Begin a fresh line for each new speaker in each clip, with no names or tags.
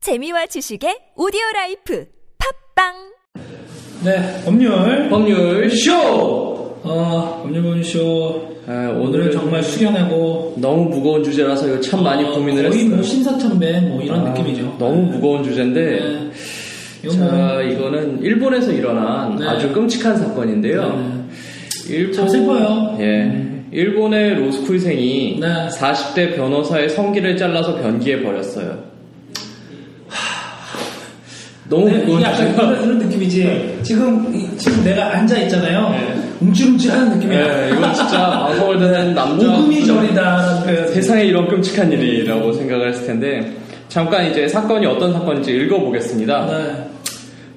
재미와 지식의 오디오 라이프 팝빵!
네, 법률
법률 쇼!
어, 법률본쇼
아,
오늘은
오늘은 정말
정말 숙연하고
너무 무거운 주제라서 이거 참 많이 고민을
거의
했어요.
뭐 신사참배 뭐 이런
아,
느낌이죠.
너무 무거운 주제인데
네. 뭐 이거는
자 이거는 일본에서 일어난
네.
아주 끔찍한 사건인데요.
네.
일본
참 슬퍼요. 음.
예. 일본의 로스쿨생이
네.
40대 변호사의 성기를 잘라서 변기에 버렸어요. 너무
네,
무거운
이게 약간
주제가
이런, 이런 느낌이지. 지금 이- 지금 내가 앉아 있잖아요.
네.
움찔움찔하는 느낌이야.
예, 이건 진짜 방송을 듣는 남자
오금이 저리다. 그
네, 세상에 이런 끔찍한 일이라고 생각을 했을 텐데 잠깐 이제 사건이 어떤 사건인지 읽어보겠습니다.
네.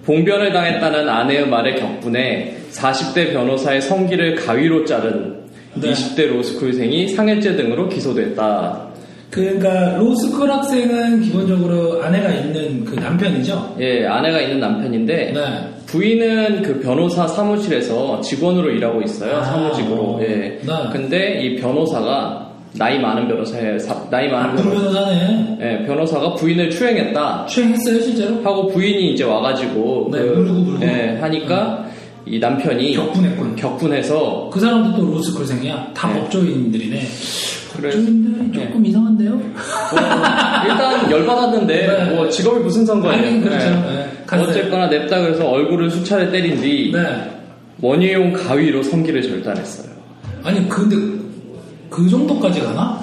봉변을 당했다는 아내의 말에 격분해 40대 변호사의 성기를 가위로 자른
네.
20대 로스쿨생이 상해죄 등으로 기소됐다.
그러니까 로스쿨 학생은 기본적으로 아내가 있는 그 남편이죠.
예, 아내가 있는 남편인데
네.
부인은 그 변호사 사무실에서 직원으로 일하고 있어요.
아,
사무직으로.
어.
예.
네.
근데 이 변호사가 나이 많은 변호사의 사- 나이 많은
나쁜
변호사,
아, 그 변호사네.
예, 변호사가 부인을 추행했다.
추행했어요 실제로?
하고 부인이 이제 와가지고
네, 울고 불고.
예, 하니까 이 남편이
격분했군.
격분해서
그 사람도 또 로스쿨생이야. 다
네.
법조인들이네.
그래서
법조인들이
네.
조금 이상한데요?
뭐, 일단 열받았는데
네.
뭐 직업이 무슨 상관이에요?
아니, 그렇죠.
예.
네, 갔어요.
어쨌거나 냅다 그래서 얼굴을 수차례 때린 뒤
네.
원예용 가위로 성기를 절단했어요.
아니 근데 그 정도까지 가나?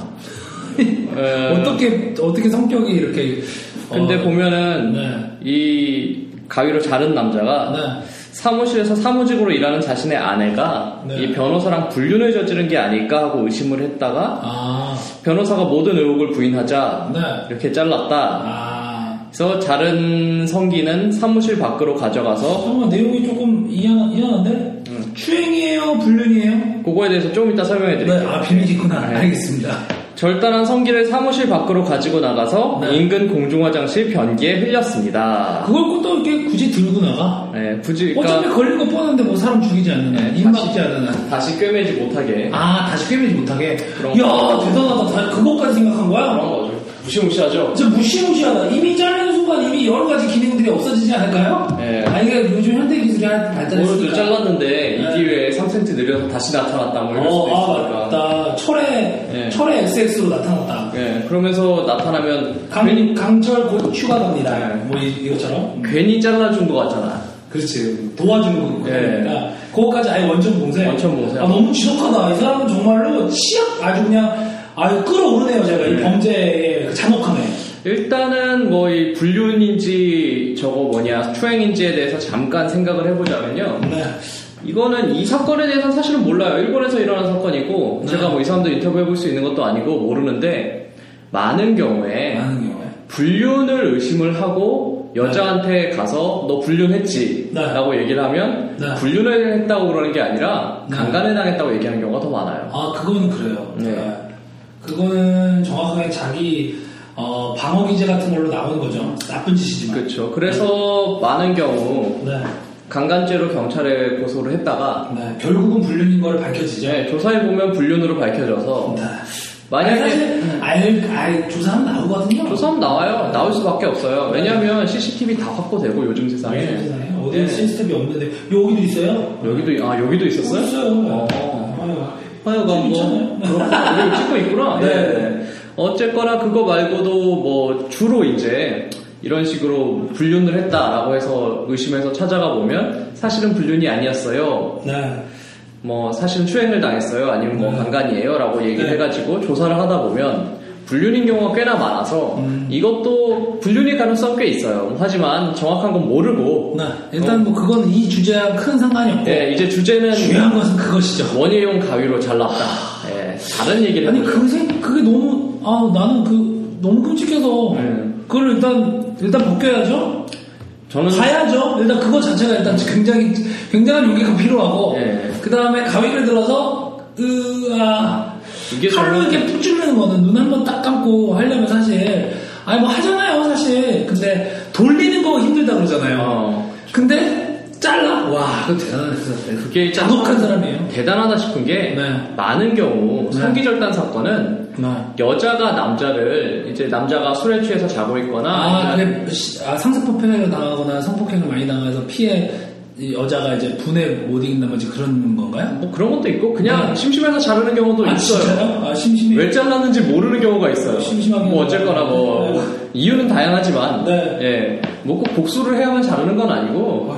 예.
어떻게 어떻게 성격이 이렇게? 어,
근데 보면은
네.
이 가위로 자른 남자가
네.
사무실에서 사무직으로 일하는 자신의 아내가
네.
이 변호사랑 불륜을 저지른 게 아닐까 하고 의심을 했다가
아,
변호사가 모든 의혹을 부인하자
네.
이렇게 잘랐다.
아,
그래서 자른 성기는 사무실 밖으로 가져가서
잠깐만 내용이 조금 이한 이한한데
음.
추행이에요, 불륜이에요?
그거에 대해서 조금 이따 설명해
네,
드릴게요.
아 비밀이구나.
네.
알겠습니다.
절단한 성기를 사무실 밖으로 가지고 나가서
네.
인근 공중화장실 변기에 흘렸습니다.
그걸 꼭또 이렇게 굳이 들고 나가?
네, 굳이
어차피
그러니까
걸린 거 뻔한데 뭐 사람 죽이지 않는 한,
네,
입
다시-
막지 않는 한.
다시 꿰매지 못하게
아 다시 꿰매지 못하게
그럼.
야 대단하다 다 아, 그것까지 생각한 거야
그런 거죠. 무시무시하죠.
진짜 무시무시하다 이미 자르는 순간 이미 여러 가지 기능들이 없어지지 않을까요?
예.
아 이게 요즘 현대 기술이
오늘도
발달했으니까
네, 잘랐는데 이
네.
기회에 3cm 늘려서 다시 나타났다 뭐 이럴 수도
어, 아
있으니까.
맞다 철의
예.
철의 SX로 나타났다
예, 그러면서 나타나면
강,
괜히,
강철 곧 휴가 갑니다
예.
뭐 이, 이것처럼
괜히 잘라준 것 같잖아.
그렇지 도와주는 거니까
예.
그거까지 아예 원천 봉쇄
원천 봉쇄.
아 너무 지독하다 이 사람은 정말로 치약 아주 그냥 아유 끌어오르네요 제가 이
예.
범죄의 그 잔혹함에
일단은 뭐 이 불륜인지 저거 뭐냐 추행인지에 대해서 잠깐 생각을 해보자면요.
네.
이거는 이 사건에 대해서는 사실은 몰라요. 일본에서 일어난 사건이고
네.
제가 뭐 이 사람들 인터뷰 해볼 수 있는 것도 아니고 모르는데 많은 경우에
많은 경우에.
불륜을 의심을 하고 여자한테 가서 너 불륜했지?
네.
라고 얘기를 하면
네.
불륜을 했다고 그러는 게 아니라
네.
강간을 당했다고 얘기하는 경우가 더 많아요.
아, 그거는 그래요.
네.
네. 그거는 정확하게 자기 어, 방어 기제 같은 걸로 나오는 거죠. 나쁜 짓이지만.
그렇죠. 그래서 많은 경우
네.
강간죄로 경찰에 고소를 했다가
네. 결국은 불륜인 거를 밝혀지죠.
이제 조사해 보면 불륜으로 밝혀져서
네. 아니,
네. 만약에 네.
사실 알, 알 조사하면 나오거든요.
조사하면 나와요. 나올 수밖에 없어요. 왜냐하면 CCTV 다 확보되고 요즘 세상에
요즘 세상에 네. 어디
예.
시스템이 없는데 여기도 있어요.
여기도 아 여기도 있었어요?
있어요. 네.
어.
아유.
하여간 뭐
있잖아요.
그렇구나. 여기 찍고 있구나.
네.
예, 네. 어쨌거나 그거 말고도 뭐 주로 이제 이런 식으로 불륜을 했다라고 해서 의심해서 찾아가 보면 사실은 불륜이 아니었어요.
네.
뭐 사실은 추행을 당했어요 아니면 뭐
네.
강간이에요라고 얘기를
네.
해가지고 조사를 하다 보면 불륜인 경우가 꽤나 많아서
음.
이것도 불륜일 가능성 꽤 있어요 하지만 정확한 건 모르고
네. 일단 뭐 그건 이 주제랑 큰 상관이 없고.
예 이제 주제는
네. 중요한 것은 그것이죠.
원예용 가위로 잘랐다 예 다른 얘기를
아니
해보죠.
그 생, 그게 너무 아 나는 그 너무 끔찍해서
네.
그걸 일단 일단 벗겨야죠
저는
가야죠 일단 그거 자체가 일단 굉장히 굉장한 용기가 필요하고
네.
그 다음에 가위를 들어서 으아
이게
칼로
저는-
이렇게 푹 찌르는 거는 눈 한 번 딱 감고 하려면 사실 아니 뭐 하잖아요 사실 근데 돌리는 거 힘들다 그러잖아요
어,
근데 잘라. 와, 그거 대단한 사람.
그게 참
잔혹한 사람이에요.
대단하다 싶은 게
네.
많은 경우
네.
성기절단 사건은
네.
여자가 남자를 이제 남자가 술에 취해서 자고 있거나
아,
아니면
근데 상습폭행을 당하거나 성폭행을 많이 당해서 피해 이 여자가 이제 분해 못 이긴 나머지 그런 건가요?
뭐 그런 것도 있고 그냥
네.
심심해서 자르는 경우도
아,
있어요.
진짜요? 아, 심심해.
왜 잘랐는지 모르는 경우가 있어요.
심심하게
뭐 어쨌거나 뭐
네.
이유는 다양하지만
네.
예, 뭐 꼭 복수를 해야만 자르는 건 아니고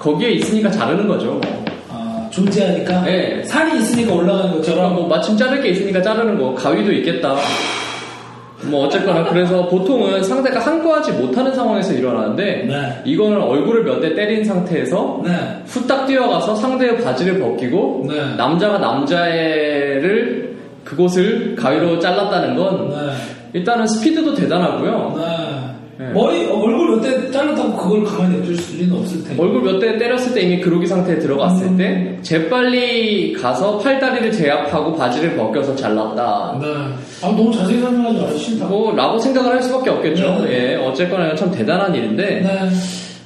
거기에 있으니까 자르는 거죠.
아, 존재하니까?
네.
살이 있으니까 올라가는
그러니까
것처럼.
뭐 마침 자를 게 있으니까 자르는 거 가위도 있겠다. 뭐 어쨌거나 그래서 보통은 상대가 항거하지 못하는 상황에서 일어나는데
네.
이거는 얼굴을 몇 대 때린 상태에서
네.
후딱 뛰어가서 상대의 바지를 벗기고
네.
남자가 남자애를 그곳을 가위로 잘랐다는 건
네.
일단은 스피드도 대단하고요.
네.
네.
머리, 어, 얼굴 몇대 잘랐다고 그걸 가만히 냅둘 수는 없을 텐데.
얼굴 몇 대 때렸을 때 이미 그로기 상태에 들어갔을 때 재빨리 가서 팔다리를 제압하고 바지를 벗겨서 잘랐다.
네. 아, 너무 자세히 설명하지 말아 싫다.
뭐 라고 생각을 할 수밖에 없겠죠.
네.
예, 어쨌거나 이건 참 대단한 일인데
네.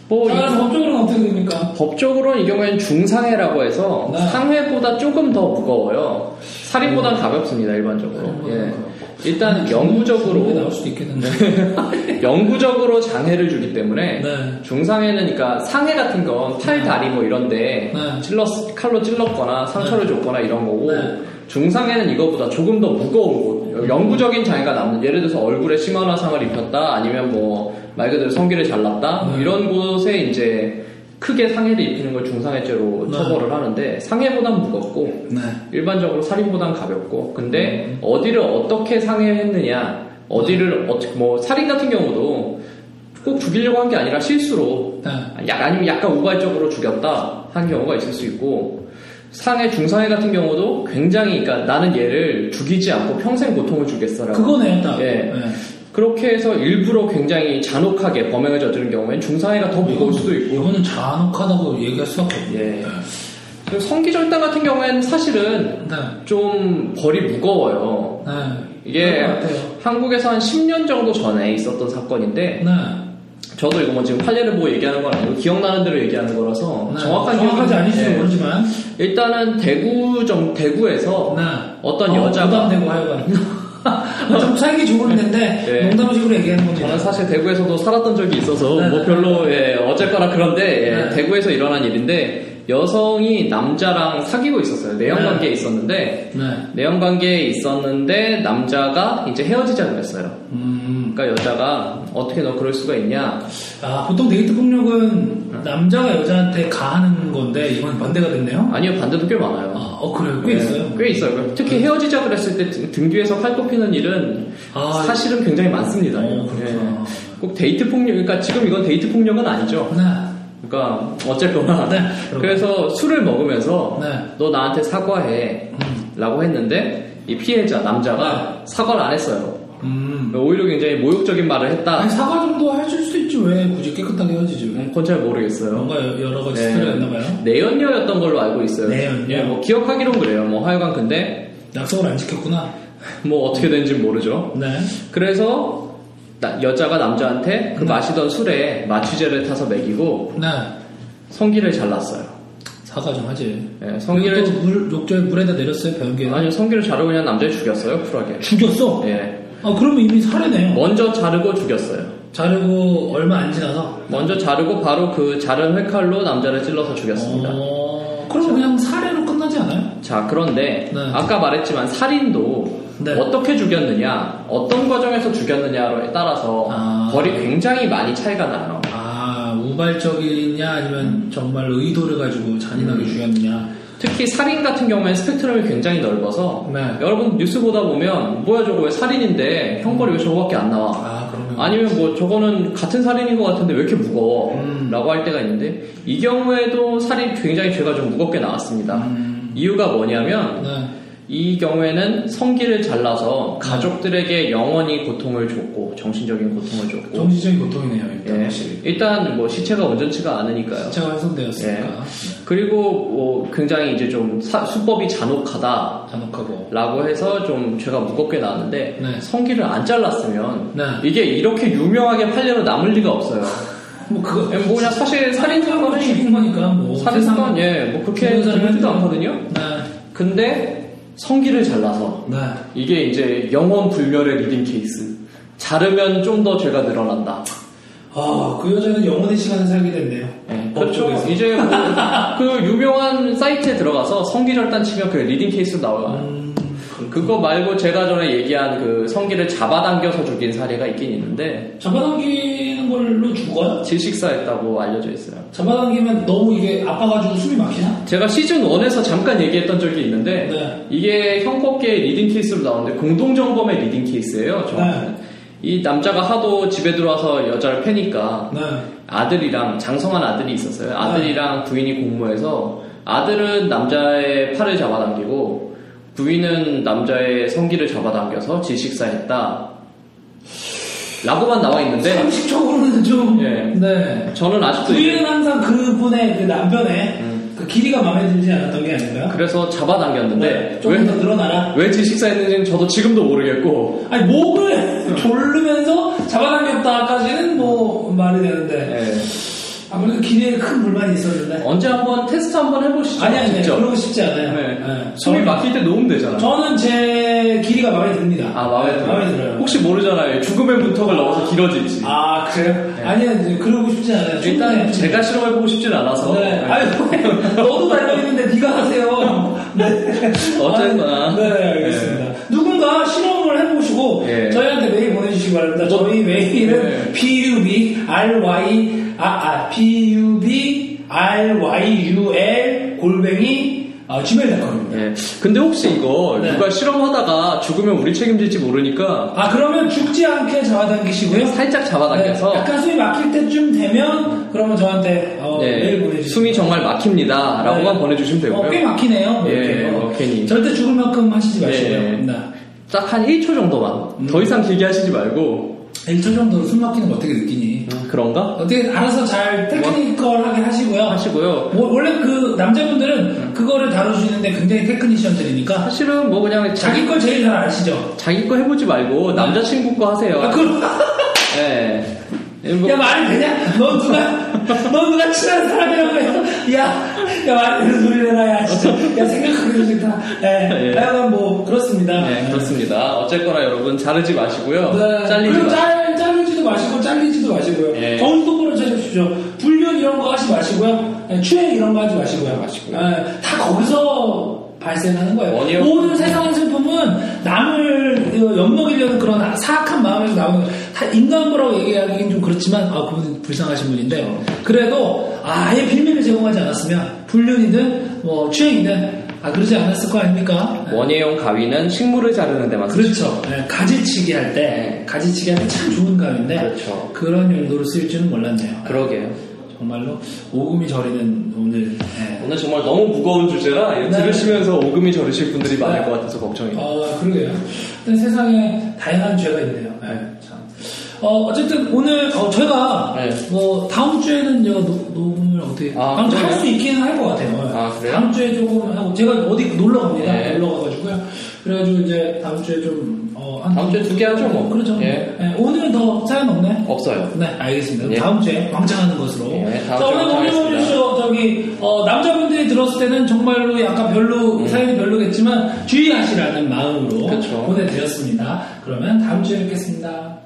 뭐
자, 그래서
이-
법적으로는 어떻게 됩니까?
법적으로는 이 경우에는 중상해라고 해서
네. 음.
상해보다 조금 더 무거워요. 살인보다는 가볍습니다 일반적으로.
살인보다는
예.
가볍고. 네,
일단
중국에
영구적으로
나올 수도 있겠는데.
영구적으로 장해를 주기 때문에
네.
중상해는 그러니까 상해 같은 건 팔, 다리 뭐 이런데
네.
찔렀 칼로 찔렀거나 상처를 줬거나 이런 거고
네. 음.
중상해는 이거보다 조금 더 무거운 거 영구적인 장애가 남는 예를 들어서 얼굴에 심한 화상을 입혔다 아니면 뭐 말 그대로 성기를 잘랐다
네.
이런 곳에 이제 크게 상해를 입히는 걸 중상해죄로
네.
처벌을 하는데 상해보단 무겁고
네.
일반적으로 살인보단 가볍고 근데 어디를 어떻게 상해했느냐 어디를 어떻게 뭐 살인 같은 경우도 꼭 죽이려고 한 게 아니라 실수로
네.
약 아니면 약간 우발적으로 죽였다 한 경우가 있을 수 있고 상해 중상해 같은 경우도 굉장히 그러니까 나는 얘를 죽이지 않고 평생 고통을 주겠어라고
그거네요, 딱.
예.
네.
그렇게 해서 일부러 굉장히 잔혹하게 범행을 저지른 경우엔 중상해가 더 무거울 수도 있고
이거는 잔혹하다고 얘기할 수밖에 없네.
예. 그리고 성기절단 같은 경우에는 사실은
네.
좀 벌이 무거워요
네.
이게
그런 것 같아요.
한국에서 한 10년 정도 전에 있었던 사건인데
네.
저도 이거 뭐 지금 판례를 보고 얘기하는 건 아니고 기억나는 대로 얘기하는 거라서
네.
정확한
정확하지
기억은-
않을지
네.
모르지만.
일단은 대구 정 대구에서
네.
어떤
어,
여자가
부담되고 하여간. 좀 살기 좋은 데인데
네.
농담식으로 얘기하는 겁니다.
저는 사실 대구에서도 살았던 적이 있어서
네.
뭐 별로 예, 어쨌거나 그런데 예,
네.
대구에서 일어난 일인데 여성이 남자랑 사귀고 있었어요 내연
네.
관계에 있었는데
네.
내연 관계에 있었는데 남자가 이제 헤어지자 그랬어요
음.
그러니까 여자가 어떻게 너 그럴 수가 있냐
아, 보통 데이트 폭력은 남자가 여자한테 가하는 건데 이건 반대가 됐네요.
아니요 반대도 꽤 많아요.
아, 어, 그래요. 꽤
네,
있어요. 네.
꽤 있어요. 특히 헤어지자 그랬을 때 등 뒤에서 팔 꼽히는 일은
아,
사실은 굉장히 많습니다.
어, 그렇구나.
예. 꼭 데이트 폭력, 그러니까 지금 이건 데이트 폭력은 아니죠.
네.
그러니까 어쨌거나
네, 그렇군요.
그래서 술을 먹으면서
네. 음.
너 나한테 사과해라고 했는데 이 피해자 남자가 사과를 안 했어요.
네. 음.
오히려 굉장히 모욕적인 말을
아니,
했다. 음,
사과 정도 해줄 수도 있지 왜 굳이 깨끗하게 헤어지지 왜?
그건 잘 모르겠어요.
뭔가 여- 여러 가지
네.
스토리가 있나봐요.
내연녀였던 걸로 알고 있어요.
내연녀.
예, 뭐 기억하기론 그래요. 뭐 하여간 근데
약속을 안 지켰구나.
뭐 어떻게 된지 모르죠.
네.
그래서 나- 여자가 남자한테 그
네.
마시던 술에 마취제를 타서 먹이고
네.
성기를 잘랐어요.
사과 좀 하지.
예, 성기를
성기를 물 욕조에 물에다 내렸어요 변기에.
아니요 성기를 자르고 그냥 남자를 죽였어요 쿨하게.
죽였어.
예,
아 그러면 이미 살해네요.
먼저 자르고 죽였어요.
자르고 얼마 안 지나서.
먼저 자르고 바로 그 자른 회칼로 남자를 찔러서 죽였습니다.
어, 그럼 그냥 살해로 끝나지 않아요?
자 그런데
네.
아까 말했지만 살인도
네.
어떻게 죽였느냐, 어떤 과정에서 죽였느냐에 따라서
아.
벌이 굉장히 많이 차이가 나요.
아 우발적이냐 아니면 정말 의도를 가지고 잔인하게 죽였느냐.
특히 살인 같은 경우에는 스펙트럼이 굉장히 넓어서
네.
여러분 뉴스 보다 보면 뭐야 저거 왜 살인인데 형벌이 왜 저거밖에 안 나와
아 그러면.
아니면 뭐 저거는 같은 살인인 것 같은데 왜 이렇게 무거워
음.
라고 할 때가 있는데 이 경우에도 살인 굉장히 죄가 좀 무겁게 나왔습니다
음.
이유가 뭐냐면
네.
이 경우에는 성기를 잘라서 가족들에게 영원히 고통을 줬고 정신적인 고통을 줬고
어. 정신적인 고통이네요 일단
예.
확실히.
일단 뭐 시체가 온전치가 않으니까요
자가 훼손되었으니까
그리고 뭐 굉장히 이제 좀 사- 수법이 잔혹하다
네. 잔혹하고.
라고 해서 좀 죄가 무겁게 나왔는데
네.
성기를 안 잘랐으면
네.
이게 이렇게 유명하게 판례로 남을 리가 없어요.
뭐 그거
뭐 그냥 사실 살인
뭐
사건은
죽인 거니까 뭐
살인 사건 예뭐 그렇게
죽은 사람은-
힘들지도 않거든요.
네.
근데 성기를 잘라서
네.
이게 이제 영혼 불멸의 리딩 케이스. 자르면 좀 더 죄가 늘어난다.
아, 그 여자는 영혼의 시간을 살게 됐네요. 음,
네, 그렇죠.
법조에서.
이제 뭐그 유명한 사이트에 들어가서 성기절단 치면 그 리딩 케이스 나와요.
음, 그렇군.
그거 말고 제가 전에 얘기한 그 성기를 잡아당겨서 죽인 사례가 있긴 있는데
잡아당기는 걸로 죽어요?
질식사했다고 알려져 있어요.
잡아당기면 너무 이게 아파가지고 숨이 막히나?
제가 시즌 1에서 잠깐 얘기했던 적이 있는데
네.
이게 형법계의 리딩 케이스로 나오는데 공동점검의 리딩 케이스예요. 정확히는.
네.
이 남자가 하도 집에 들어와서 여자를 패니까
네.
아들이랑 장성한 아들이 있었어요. 아들이랑 부인이 공모해서 아들은 남자의 팔을 잡아당기고 부인은 남자의 성기를 잡아당겨서 질식사했다. 라고만 나와 있는데
상식적으로는 좀.
네. 예.
네.
저는 아직도 이게-
부인은 항상 그분의 그 남편의 그 길이가 마음에 들지 않았던 게 아닌가요? 네.
그래서 잡아당겼는데
조금
네. 왜,
더 늘어나라.
왜 질식사했는지는 저도 지금도 모르겠고
아니,
음.
목을 졸르면서 잡아당겼다까지는 뭐 말이 되는데.
예.
아무래도 길이에 큰 불만이 있었는데.
언제 한번 테스트 한번 해보시죠.
아니, 아니, 아니.
직접.
그러고 싶지 않아요.
어, 네.
네.
숨이 막힐 때 놓으면 되잖아.
저는 제 길이가 마음에 듭니다.
아 마음에 들어요.
마음에 들어요.
혹시 모르잖아요. 죽음의 문턱을 넘어서 길어질지.
아 그래요?
네.
아니요 이제 그러고 싶지 않아요.
일단
충분해요.
제가 실험해보고 싶진 않아서
네.
네.
아니 뭐예요? 너도 달려있는데 네가 하세요. 네.
어쨌거나.
아, 네 알겠습니다. 누군가 실험을 해보시고
예.
저희한테 메일 보내주시기 바랍니다. 저희 메일은
네.
pub ry 아아 pub ryul 골뱅이 어, gmail.com입니다.
네. 근데 혹시 이거
네.
누가 실험하다가 죽으면 우리 책임질지 모르니까
아 그러면 죽지 않게 잡아당기시고요.
살짝 잡아당겨서
네, 약간 숨이 막힐 때쯤 되면 그러면 저한테 어,
네,
메일 보내주세요.
숨이 정말 막힙니다 라고만
네.
보내주시면 되고요
어, 꽤 막히네요.
예,
이렇게. 어,
어, 괜히.
절대 죽을 만큼 하시지 마시고요.
예.
네.
딱 한 1초 정도만
음.
더 이상 길게 하시지 말고
1초 정도로 숨 막히는 거 어떻게 느끼니?
그런가?
어떻게 알아서 잘 테크니컬하게 하시고요.
하시고요 음.
뭐, 원래 그 남자분들은 그거를 다루시는데 굉장히 테크니션들이니까
사실은 뭐 그냥 자기,
자기 걸 제일 잘 아시죠?
자기 거 해보지 말고 남자친구 거 하세요
아, 그럼.
예. 뭐-
야, 말이 되냐? 너 누가, 너 누가 친한 사람이라고 해서, 야, 야, 말이 되는 소리를 해라, 야, 진짜. 야, 생각하기도 싫다. 예.
예.
하여간 뭐, 그렇습니다.
네, 그렇습니다. 어쨌거나 여러분 자르지 마시고요.
네.
잘리지
그리고
마시고.
짤, 자르지도 마시고 잘리지도 마시고요.
예.
좋은 똑바로 찾으십시오. 불륜 이런 거 하지 마시고요. 예, 추행 이런 거 하지 마시고요.
네, 마시고요.
예, 다 거기서 발생하는 거예요.
원인은-
모든 세상의 슬픔은 남을 어, 엿먹이려는 그런 사악한 마음에서 나오는 거예요. 다 인간부라고 얘기하기는 좀 그렇지만 아, 그분 불쌍하신 분인데 그래도 아예 빌미를 제공하지 않았으면 불륜이든 뭐 추행이든 아 그러지 않았을 거 아닙니까? 예.
원예용 가위는 식물을 자르는 데만 쓰죠.
그렇죠. 네, 가지치기 할 때, 가지치기 할 때 참 좋은 감인데,
그렇죠.
런 용도로 쓰일 줄은 몰랐네요.
그러게요.
정말로 오금이 저리는 오늘. 네.
오늘 정말 너무 무거운 주제라 이거
네.
들으시면서 오금이 저리실 분들이 많을
네.
것 같아서 걱정이에요.
아, 그러게요. 일단 세상에 다양한 죄가 있네요. 네, 참. 어, 어쨌든 오늘 어, 저희가
네.
뭐 다음 주에는 요 녹- 녹음을 어떻게
아,
다음 주에
그래요?
할수 있기는 할 것 같아요. 예.
아, 그래요?
다음 주에 조금 하고 제가 어디 놀러 갑니다.
네.
놀러 가가지고요. 그래가지고 이제 다음 주에 좀 어, 한-
다음 주에 두 개 하죠 뭐.
그렇죠.
예.
네, 오늘은 더 사연 없네.
없어요.
네, 알겠습니다.
예.
다음 주에 광장하는 것으로.
예,
자,
다음 주에
오늘
광장하겠습니다.
공유해주시죠. 저기, 어, 남자분들이 들었을 때는 정말로 약간 별로, 사연이 별로겠지만 주의하시라는 마음으로
음. 그쵸.
보내드렸습니다. 그러면 다음 주에 뵙겠습니다.